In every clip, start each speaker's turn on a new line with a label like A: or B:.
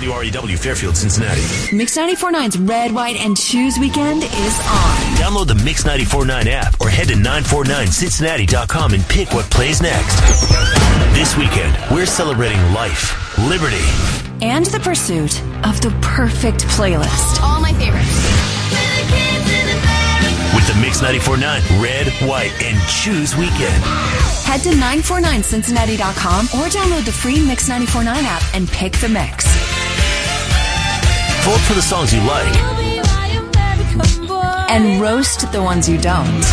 A: WREW E Fairfield, Cincinnati.
B: Mix 949's Red, White, and Choose weekend is on.
A: Download the Mix 949 app or head to 949cincinnati.com and pick what plays next. This weekend, we're celebrating life, liberty,
B: And the pursuit of the perfect playlist.
C: All my favorites.
A: with the Mix 949 Red, White, and Choose weekend.
B: Head to 949cincinnati.com or download the free Mix 949 app and pick the mix.
A: Vote for the songs you like
B: and roast the ones you don't.
D: I'm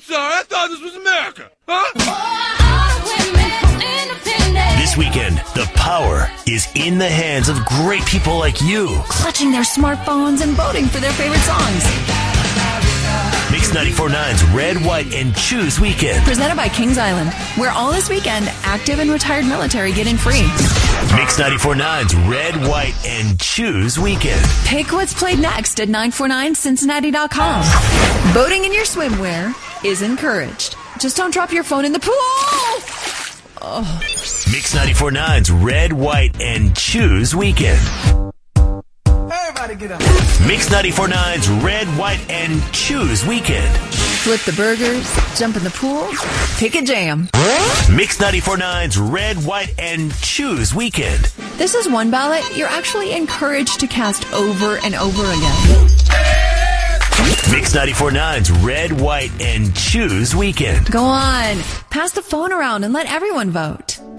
D: sorry, I thought this was America. Huh?
A: this weekend. The power is in the hands of great people like you.
B: Clutching their smartphones and voting for their favorite songs.
A: Mix 949's Red, White, and Choose weekend.
B: Presented by Kings Island, where all this weekend, active and retired military get in free.
A: Mix 949's Red, White, and Choose weekend.
B: Pick what's played next at 949cincinnati.com. Voting in your swimwear is encouraged. Just don't drop your phone in the pool!
A: Mix 949's Red, White, and Choose Weekend.
D: Everybody get up.
A: Mix 949's Red, White, and Choose Weekend.
B: Flip the burgers, jump in the pool, pick a jam.
A: Mix 949's Red, White, and Choose Weekend.
B: This is one ballot you're actually encouraged to cast over and over again.
A: Mix 949's Red, White, and Choose Weekend.
B: Go on, pass the phone around and let everyone vote.